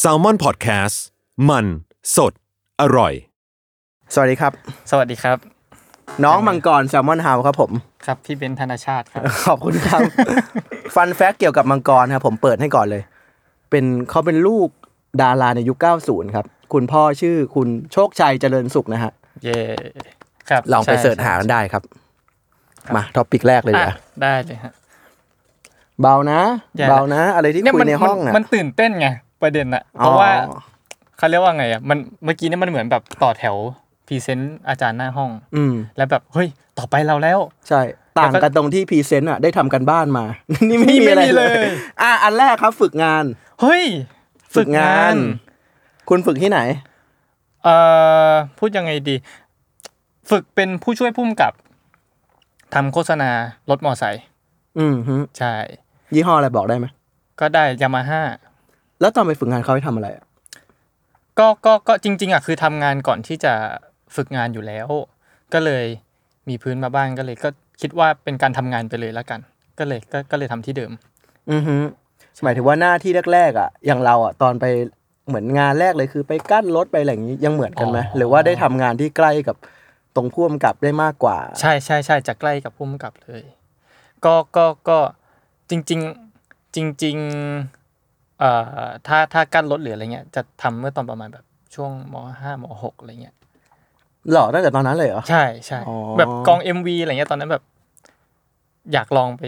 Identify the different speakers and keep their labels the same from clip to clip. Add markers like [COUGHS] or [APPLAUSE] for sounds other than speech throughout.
Speaker 1: แซลมอนพอดแคสต์มันสดอร่อย
Speaker 2: สวัสดีครับ
Speaker 3: สวัสดีครับ
Speaker 2: น้องมังกรแซลมอนเฮาครับผม [LAUGHS]
Speaker 3: ครับพี่เบนซ์ธนชาติครับ
Speaker 2: ขอบคุณ [LAUGHS] ครับ ฟันแฟกเกี่ยวกับมังกรครับผมเปิดให้ก่อนเลย เป็นเขาเป็นลูกดาราในยุค 90 ครับ คุณพ่อชื่อคุณโชคชัยเจริญสุขนะฮะ
Speaker 3: เย่ครับ
Speaker 2: ลองไป
Speaker 3: ใช่
Speaker 2: เสิร์ชหากันได้ครับ มาท็อปิกแรกเลย
Speaker 3: อ่ะ
Speaker 2: นะ
Speaker 3: ได้เลยฮะ
Speaker 2: เบานะ
Speaker 3: อย่า
Speaker 2: เบานะ อะไรที่
Speaker 3: เย
Speaker 2: คุย
Speaker 3: มั
Speaker 2: ในห้อง
Speaker 3: มั
Speaker 2: อ่ะ
Speaker 3: มันตื่นเต้นไงประเด็นอะ
Speaker 2: อ๋อ
Speaker 3: เพราะว่าเขาเรียกว่าไงอะมันเมื่อกี้เนี่ยมันเหมือนแบบต่อแถวพรีเซนต์อาจารย์หน้าห้อง
Speaker 2: อืม
Speaker 3: แล้วแบบเฮ้ยต่อไปเราแล้ว
Speaker 2: ใช่ ต่างกันตรงที่พรีเซนต์อ่ะได้ทำกันบ้านมา [LAUGHS] นี่ไม่
Speaker 3: นี่
Speaker 2: มี
Speaker 3: ไม่
Speaker 2: อะไร
Speaker 3: มี
Speaker 2: เล
Speaker 3: เลย ย
Speaker 2: อ่ะอันแรกครับ ฝึกงาน
Speaker 3: เฮ้ย
Speaker 2: ฝึกงาน คุณฝึกที่ไหน
Speaker 3: เอ่อพูดยังไงดี ฝึกเป็นผู้ช่วยผู้กำกับทำโฆษณารถมอไซค์
Speaker 2: อืมฮึ
Speaker 3: ใช่
Speaker 2: ยี่ห้ออะไรบอกได้ไหม
Speaker 3: ก็ได้ยามาฮ่า
Speaker 2: แล้วตอนไปฝึกงานเขาให้ทำอะไรอะ
Speaker 3: ก็ก็ก็จริง ๆอ่ะคือทำงานก่อนที่จะฝึกงานอยู่แล้ว ก็เลยมีพื้นมาบ้างก็เลย ก็คิดว่าเป็นการทำงานไปเลยแล้วกัน ก็เลยก็ก็เลยทำที่เดิม
Speaker 2: อือฮึหมายถึงว่าหน้าที่แรกๆอ่ะ อย่างเราอ่ะตอนไปเหมือนงานแรกเลยคือไปกั้นรถไปอะไรอย่างนี้ยังเหมือนกันไหม
Speaker 3: อ๋อ
Speaker 2: หรือว่าได้ทำงานที่ใกล้กับตรงพ่วมกับได้มากกว่า
Speaker 3: ใช่ใช่ใช่จะใกล้กับพุ่มกับเลย ก็ก็ก็จริง ๆจริง ๆเอ่อถ้าถ้ากั้นรถหรืออะไรเงี้ยจะทำเมื่อตอนประมาณแบบช่วงมห้ามหกอะไรเงี้ย
Speaker 2: หล่อตั้งแต่ตอนนั้นเลยเหรอ
Speaker 3: ใช่ใช่
Speaker 2: อ๋อ
Speaker 3: แบบกอง MV อะไรเงี้ยตอนนั้นแบบ อยากลองไป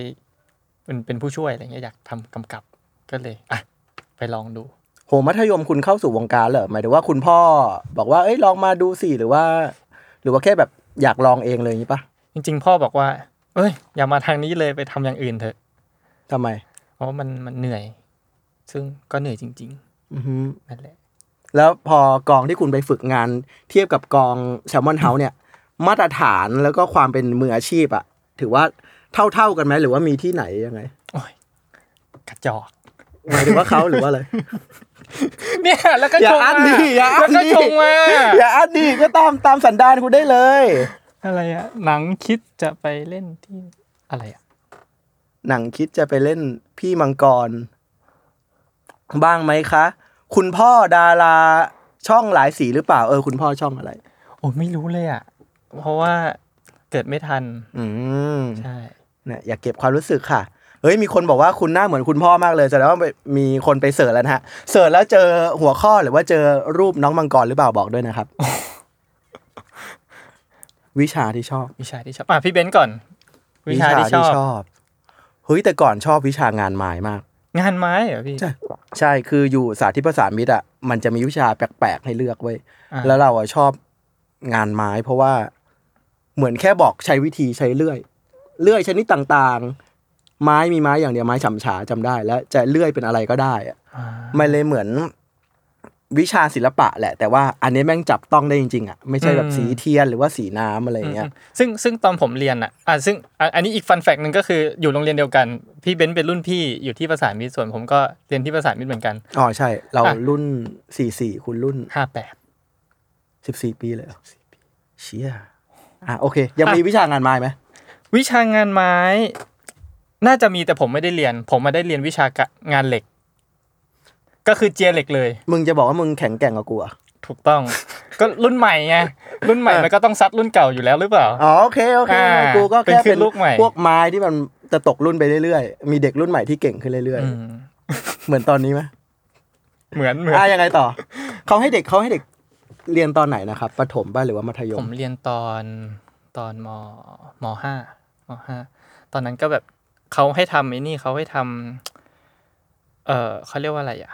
Speaker 3: เป็นเป็นผู้ช่วยอะไรเงี้ยอยากทำกำกับก็เลยอ่ะไปลองดู
Speaker 2: โหมัธยมคุณเข้าสู่วงการเหรอหมายถึงว่าคุณพ่อบอกว่าเอ้ยลองมาดูสิหรือว่า หรือว่าแค่แบบอยากลองเองเลยอย่างนี้ปะ
Speaker 3: จริงๆ พ่อบอกว่า เอ้ย อย่ามาทางนี้เลยไปทำอย่างอื่นเถอะ
Speaker 2: ทำไม
Speaker 3: เพราะมันมันเหนื่อย ซึ่งก็เหนื่อยจริง
Speaker 2: อือฮึ
Speaker 3: ๆ นั่นแหละ
Speaker 2: แล้วพอกองที่คุณไปฝึกงาน เทียบกับกองแซลมอนเฮาเนี่ย มาตรฐานแล้วก็ความเป็นมืออาชีพอ่ะ ถือว่าเท่าๆกันไหมหรือว่ามีที่ไหนยังไง
Speaker 3: กระจอก
Speaker 2: หมายถึงว่าเขาหรือว่าอะไร
Speaker 3: เนี่ยแล้วก็
Speaker 2: [LAUGHS] อย่า
Speaker 3: ชง
Speaker 2: อั้น
Speaker 3: มา
Speaker 2: ดิอย่าอั้
Speaker 3: แล้
Speaker 2: น
Speaker 3: วก็
Speaker 2: ดิ
Speaker 3: ชงมา
Speaker 2: [LAUGHS] อย่าอัดดิก็ตามตามสันดานคุณได้เลย
Speaker 3: อะไรอะหนังคิดจะไปเล่นที่อะไรอะ
Speaker 2: หนังคิดจะไปเล่นพี่มังกร บ้างไหมคะ คุณพ่อดาราช่องหลายสีหรือเปล่าเออคุณพ่อช่องอะไร
Speaker 3: โอ้ยไม่รู้เลยอะเพราะว่าเกิดไม่ทัน
Speaker 2: อืม
Speaker 3: ใช่
Speaker 2: เนี่ยอยากเก็บความรู้สึกค่ะ เฮ้ยมีคนบอกว่าคุณหน้าเหมือนคุณพ่อมากเลยแสดงว่าไปมีคนไปเสิร์ชแล้วนะฮะเสิร์ชแล้วเจอหัวข้อหรือว่าเจอรูปน้องมังกรหรือเปล่าบอกด้วย
Speaker 3: [LAUGHS]
Speaker 2: นะครับ วิชาที่ชอบ
Speaker 3: วิชาที่ชอบ อ่ะ พี่เบนซ์ก่อน วิชาที่ชอบ
Speaker 2: บเฮ้ยแต่ก่อนชอบวิชางานไม้มาก
Speaker 3: งานไม้เหรอพี่
Speaker 2: ใช่ ใช่คืออยู่สาธิตภาษานมิตรอ่ะมันจะมีวิชาแปลกๆให้เลือกไว้ย
Speaker 3: อ่า
Speaker 2: แล้วเราอ่ะชอบงานไม้เพราะว่าเหมือนแค่บอกใช้วิธีใช้เลื่อย เลื่อยชนิดต่างๆ ไม้มีไม้อย่างเดียวไม้ฉ่ำฉาจำได้ และจะเลื่อยเป็นอะไรก็ได้อะ
Speaker 3: อ่า
Speaker 2: มันเลยเหมือนวิชาศิลปะแหละ แต่ว่าอันนี้แม่งจับต้องได้จริงๆอ่ะไม่ใช่แบบสีเทียนหรือว่าสีน้ำอะไรอย่างเงี้ย
Speaker 3: อืมซึ่งซึ่งตอนผมเรียนอ่ะอ่ะซึ่งอ่ะอันนี้อีกฟันแฟกหนึ่งก็คืออยู่โรงเรียนเดียวกัน พี่เบนซ์เป็นรุ่นพี่อยู่ที่ประสานมิตรส่วนผมก็เรียนที่ประสานมิตรเหมือนกัน
Speaker 2: อ๋อใช่ เรา
Speaker 3: อ่ะ
Speaker 2: รุ่นสี่สี่คุณรุ่น
Speaker 3: ห้าแปด
Speaker 2: สิบสี่ปีเลยเหรอเชี่ยอ่ะโอเค ยังมีวิชางานไม้ไหม
Speaker 3: วิชางานไม้ น่าจะมีแต่ผมไม่ได้เรียน ผมมาได้เรียนวิชากะงานเหล็ก ก็คือเจียเหล็กเลย
Speaker 2: มึงจะบอกว่ามึงแข็งแกร่งกว่ากูเหรอ
Speaker 3: ถูกต้อง ก็รุ่นใหม่ไงรุ่นใหม่มันก็ต้องซัดรุ่นเก่าอยู่แล้วหรือเปล่า
Speaker 2: อ๋อโอเคโอเค
Speaker 3: อ่า
Speaker 2: กูก็แค่
Speaker 3: เป็นขึ้
Speaker 2: เป็น
Speaker 3: นลูกใหม่
Speaker 2: พวกไม้ที่มันจะตกรุ่นไปเรื่อยๆ มีเด็กรุ่นใหม่ที่เก่งขึ้นเรื่อย
Speaker 3: อืม
Speaker 2: ๆ เหมือนตอนนี้ไหม
Speaker 3: เหมือนเหมือน
Speaker 2: อ่ะยังไงต่อ เขาให้เด็กเขาให้เด็กเรียนตอนไหนนะครับประถมบ้านหรือว่ามัธย
Speaker 3: ผม มเรียนตอนตอนมมห้ามห้าตอนนั้นก็แบบเขาให้ทำไอ้นี่เขาให้ทำเออเขาเรียกว่าอะไรอะ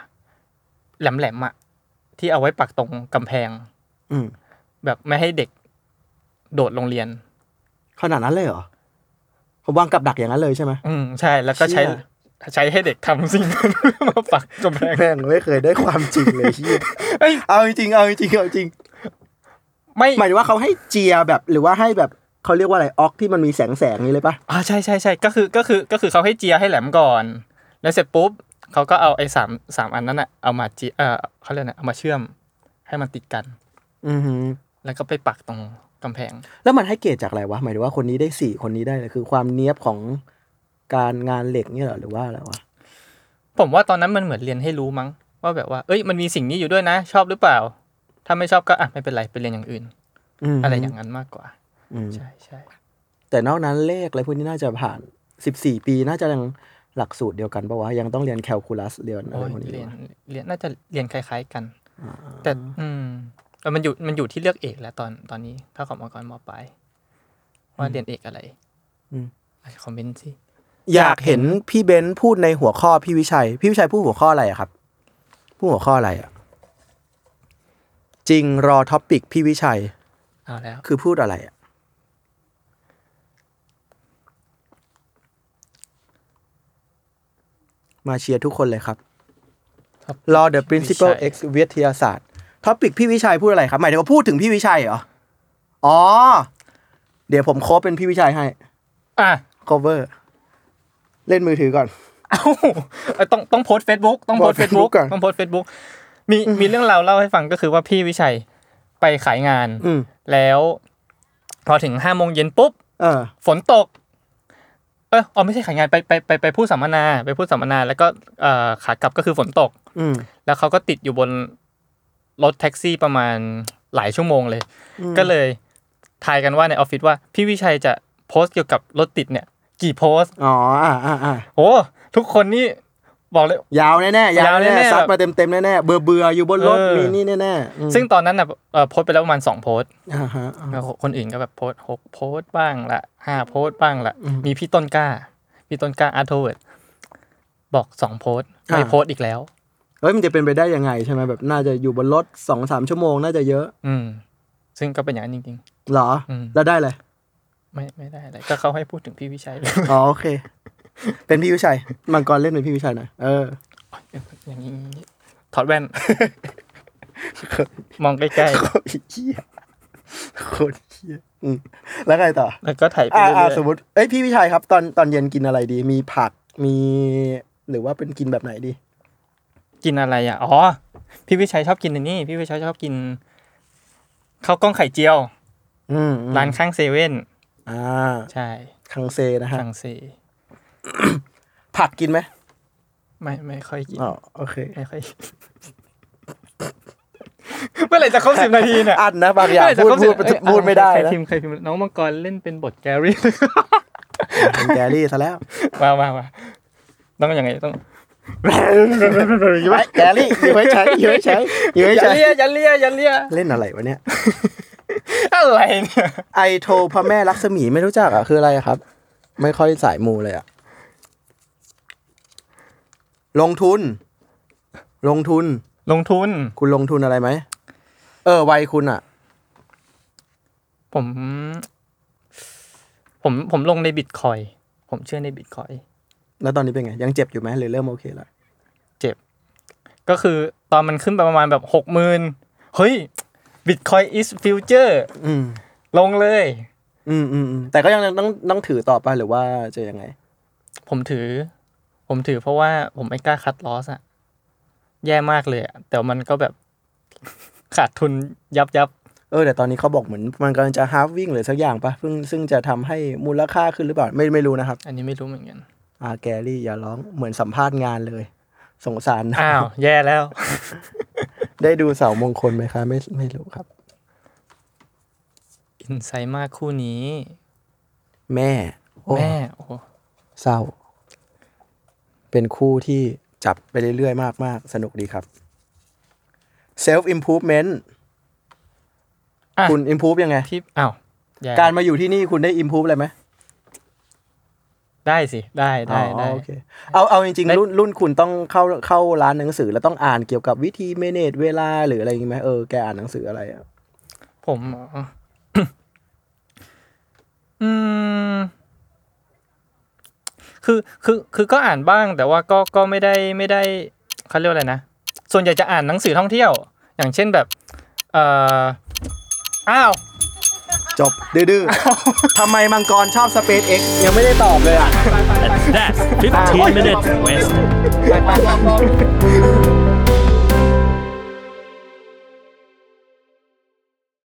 Speaker 3: แหลมแหลมๆอะที่เอาไว้ปักตรงกำแพง
Speaker 2: อืม
Speaker 3: แบบไม่ให้เด็กโดดโรงเรียน
Speaker 2: ขนาดนั้นเลยเหรอผมวางกับดักอย่างนั้นเลยใช่ไหม
Speaker 3: อืมใช่แล้วก็ใช้
Speaker 2: เชี่ย
Speaker 3: ใช้ให้เด็กทำสิ่งนั้น [LAUGHS] มาปักกำแพง
Speaker 2: แม่งไม่เคยได้ความจริงเลยเหีย
Speaker 3: เอ้ย
Speaker 2: เอาจริงๆเอาจริงๆเอาจริง
Speaker 3: ไม่
Speaker 2: หมายถึงว่าเขาให้เจียแบบหรือว่าให้แบบเขาเรียกว่าอะไรออกที่มันมีแสงแสงๆนี้เลยปะ
Speaker 3: อ่าใช่ใช่ใช่ก็คือก็คือก็คือเขาให้เจียให้แหลมก่อน แล้วเสร็จปุ๊บเขาก็เอาไอ้สามสามอันนั้นอะเอามาเจียเออเขาเรียกนะเอามาเชื่อมให้มันติดกัน
Speaker 2: อือฮึ
Speaker 3: แล้วก็ไปปักตรงกำแพง
Speaker 2: แล้วมันให้เกรดจากอะไรวะหมายถึงว่าคนนี้ได้สี่คนนี้ได้เลยคือความเนี้ยบของการงานเหล็กเนี่ยเหรอหรือว่าอะไรวะ
Speaker 3: ผมว่าตอนนั้นมันเหมือนเรียนให้รู้มั้ง ว่าแบบว่า เอ้ยมันมีสิ่งนี้อยู่ด้วยนะ ชอบหรือเปล่า ถ้าไม่ชอบก็อ่ะไม่เป็นไรไปเรียนอย่างอื่น
Speaker 2: ม
Speaker 3: อะไรอย่างนั้นมากกว่า
Speaker 2: อืม
Speaker 3: ใช่ใช่
Speaker 2: แต่นอกนั้นเลขอะไรพวกนี้น่าจะผ่านสิบสี่ปีน่าจะยังหลักสูตรเดียวกันปะวะยังต้องเรียนแคลคูลัสเรียนอะ
Speaker 3: โอ้
Speaker 2: ไร
Speaker 3: ย
Speaker 2: พวกนี้
Speaker 3: เรียน
Speaker 2: ปะ
Speaker 3: เรียนน่าจะเรียนคล้าย ๆกัน แต่อืมแต่มันอยู่มันอยู่ที่เลือกเอกแล้วตอนตอนนี้ถ้าของมังกรมปลายว่าเรียนเอกอะไร
Speaker 2: อืม
Speaker 3: อ่ะคอมเมนต์สิ
Speaker 2: อยากเห็นพี่เบนซ์พูดในหัวข้อพี่วิชัย พี่วิชัยพูดหัวข้ออะไรอะครับ พูดหัวข้ออะไรอะจริงรอท็อปิกพี่วิชัย
Speaker 3: เอาแล้ว
Speaker 2: คือพูดอะไรอะมาเชียร์ทุกคนเลยครับ
Speaker 3: Topic
Speaker 2: รอ the principal
Speaker 3: พี่วิ
Speaker 2: x
Speaker 3: ชัย
Speaker 2: วิทยาศาสตร์ท็อปิกพี่วิชัยพูดอะไรครับ หมายถึงว่าพูดถึงพี่วิชัยเหรออ๋อ เดี๋ยวผมโค้ดเป็นพี่วิชัยให้
Speaker 3: อ่ะ [LAUGHS]
Speaker 2: cover เล่นมือถือก่อน
Speaker 3: เอ้าเอ้ยต้องต้องโพสเฟซบุ๊กต้องโพ
Speaker 2: โพ
Speaker 3: ส
Speaker 2: สต์
Speaker 3: เฟซบุ๊
Speaker 2: Facebook
Speaker 3: ก
Speaker 2: ก่อน
Speaker 3: ต้องโพสเฟซบุ๊กมีมีเรื่องราวเล่าให้ฟังก็คือว่าพี่วิชัยไปขายงาน
Speaker 2: อืม
Speaker 3: แล้วพอถึงห้าโมงเย็นปุ๊บ
Speaker 2: เออ
Speaker 3: ฝนตก เอออ๋อไม่ใช่ขายงานไปไปไปไปพูดสัมมนา ไปพูดสัมมนา แล้วก็เอ่อขากลับก็คือฝนตก
Speaker 2: อืม
Speaker 3: แล้วเขาก็ติดอยู่บนรถแท็กซี่ประมาณหลายชั่วโมงเลย ก็เลยทายกันว่าในออฟฟิศว่า พี่วิชัยจะโพสต์เกี่ยวกับรถติดเนี่ย กี่โพสต์
Speaker 2: อ๋อ อ่าอ่าอ่า
Speaker 3: โอ้ทุกคนนี่บอกเลย
Speaker 2: ยาวแน่ๆ ยาวแน่
Speaker 3: ยาวแน่ๆ
Speaker 2: ๆซัดมาเต็มๆแน่ๆ เบื่อเบื่อๆอยู่บนรถ
Speaker 3: เออ
Speaker 2: มีนี่แน่ๆอืม
Speaker 3: ซึ่งตอนนั้นน่ะเอ่อโพสต์ไปแล้วประมาณสองโพสต์
Speaker 2: อ่าฮะอ่า
Speaker 3: แล้วคนอื่นก็แบบโพสหกโพสต์บ้างละห้าโพสต์บ้างละมีพี่ต้นกล้า พี่ต้นกล้าอาร์ทเวิร์ดบอกสองโพสต์ไม่
Speaker 2: อ่า
Speaker 3: โพสต์อีกแล้ว
Speaker 2: เฮ้ยมันจะเป็นไปได้ยังไงใช่ไหมแบบน่าจะอยู่บนรถสองสามชั่วโมงน่าจะเยอะ
Speaker 3: อืม ซึ่งก็เป็นอย่างนั้นจริง
Speaker 2: เหรอ
Speaker 3: อืม
Speaker 2: แล้วได้เลย
Speaker 3: ๆ ไม่ไม่ได้อะไรก็เขาให้พูดถึงพี่วิชัยเลย
Speaker 2: อ๋อ โอเค [LAUGHS] เป็นพี่วิชัย มังกรเล่นเป็นพี่วิชัยหน่อย เออ
Speaker 3: อย่างนี้ถอดแว่น [LAUGHS] มองใกล้
Speaker 2: โคตรเหี้ยโคตรเหี้ยอืมแล้วไงต่อ
Speaker 3: ๆ แล้วก็ถ่ายไป
Speaker 2: อ่า
Speaker 3: เรื่
Speaker 2: อ่า
Speaker 3: อย
Speaker 2: สมมติ เอ้ยพี่วิชัยครับ ตอนตอนเย็นกินอะไรดี มีผัก มี หรือว่าเป็นกินแบบไหนดี
Speaker 3: ๆกินอะไรอ่ะ อ๋อ พี่วิชัยชอบกินอันนี้ พี่วิชัยชอบกินข้าวกล้องไข่เจียว
Speaker 2: อืม
Speaker 3: ร้านข้างเซเว่น
Speaker 2: อ่า
Speaker 3: ใช่
Speaker 2: คังเซนะฮะ
Speaker 3: ฝรั่งเศส
Speaker 2: ผักกินไหม
Speaker 3: ไม่ไม่ค่อยกิน
Speaker 2: อ๋อ โอเค
Speaker 3: ไม่ค่อย [LAUGHS] เมื่อไหร่จะครบสิบนาทีเนี่ย
Speaker 2: อันนะบางอย่างพูดพูดพูดพูดไม่ได้
Speaker 3: ใคร
Speaker 2: นะ
Speaker 3: พิมพ์ใครพิมพ์น้องมังกรเล่นเป็นบทแกรี่ [LAUGHS]
Speaker 2: เป็นแกรี่ซะแล้ว
Speaker 3: มามามาต้องยังไงต้อง
Speaker 2: [LAUGHS] ไอ้แกรี่อยู่ให้ใช้อยู่ให้ใช้อยู่ให้
Speaker 3: อย่า
Speaker 2: ใช้
Speaker 3: เลียอย่าเลียอย่าเลีย
Speaker 2: เล่นอะไรวะเนี่ย
Speaker 3: อะไรเนี่ย [LAUGHS]
Speaker 2: ไอโทรพระแม่ลักษมีไม่รู้จักอ่ะคืออะไรอะครับ ไม่ค่อยสายมูเลยอ่ะ ลงทุน ลงทุน
Speaker 3: ลงทุน
Speaker 2: คุณลงทุนอะไรไหม เออ วัยคุณอ่ะ
Speaker 3: ผม ผมผมลงในบิตคอยผมเชื่อในบิตคอย
Speaker 2: แล้วตอนนี้เป็นไง ยังเจ็บอยู่ไหมหรือเริ่มโอเคแล้ว
Speaker 3: ก็คือตอนมันขึ้นไปประมาณแบบหกหมื่นเฮ้ยบิตคอย is future
Speaker 2: อืม
Speaker 3: ลงเลย
Speaker 2: อืมอืมอืมแต่ก็ยังต้องต้องถือต่อไปหรือว่าจะยังไง
Speaker 3: ผมถือ ผมถือเพราะว่าผมไม่กล้าคัดลอสอะแย่มากเลยอะแต่มันก็แบบ [LAUGHS] ขาดทุนยับยับ
Speaker 2: เออแต่ตอนนี้เขาบอกเหมือนมันกำลังจะฮาร์ฟวิ่งหรือสักอย่างปะซึ่งซึ่งจะทำให้มูลค่าขึ้นหรือเปล่า ไม่ไม่รู้นะครับ
Speaker 3: อันนี้ไม่รู้เหมือน
Speaker 2: [LAUGHS]
Speaker 3: กัน
Speaker 2: อ่าแกรี่อย่าร้องเหมือนสัมภาษณ์งานเลย สงสารนะ
Speaker 3: อ้าว แย่แล้ว
Speaker 2: ได้ดูเสามงคลไหมคะ ไม่ไม่รู้ครับ
Speaker 3: อินไซต์มากคู่นี้
Speaker 2: แม่โอ้
Speaker 3: แม่โอ้
Speaker 2: เศร้า เป็นคู่ที่จับไปเรื่อยๆ มากๆ สนุกดีครับ self improvement
Speaker 3: อ่ะ
Speaker 2: คุณ improve ยังไง
Speaker 3: พี่อ้าวแย่
Speaker 2: การมาอยู่ที่นี่คุณได้ improve อะไรไหม
Speaker 3: ได้สิ ได้ได้ได้
Speaker 2: อ๋อโอเคเอาเอาจริง
Speaker 3: ได้
Speaker 2: ๆ รุ่นรุ่นคุณต้องเข้าเข้าร้านหนังสือ แล้วต้องอ่านเกี่ยวกับวิธี manage เวลาหรืออะไรอย่างงี้ไหมเออแกอ่านหนังสืออะไรอะ
Speaker 3: ผมเหรอ [COUGHS] อืม คือคือคือก็อ่านบ้าง แต่ว่าก็ก็ไม่ได้ไม่ได้เขาเรียกว่าอะไรนะ ส่วนใหญ่จะอ่านหนังสือท่องเที่ยว อย่างเช่นแบบเอ่ออ้าว
Speaker 2: จบดื้อๆทำไมมังกรชอบ SpaceX ยังไม่ได้ตอบเลยอ่ะ [LAUGHS]
Speaker 4: That's 15 minutes west.
Speaker 3: ไปไปไป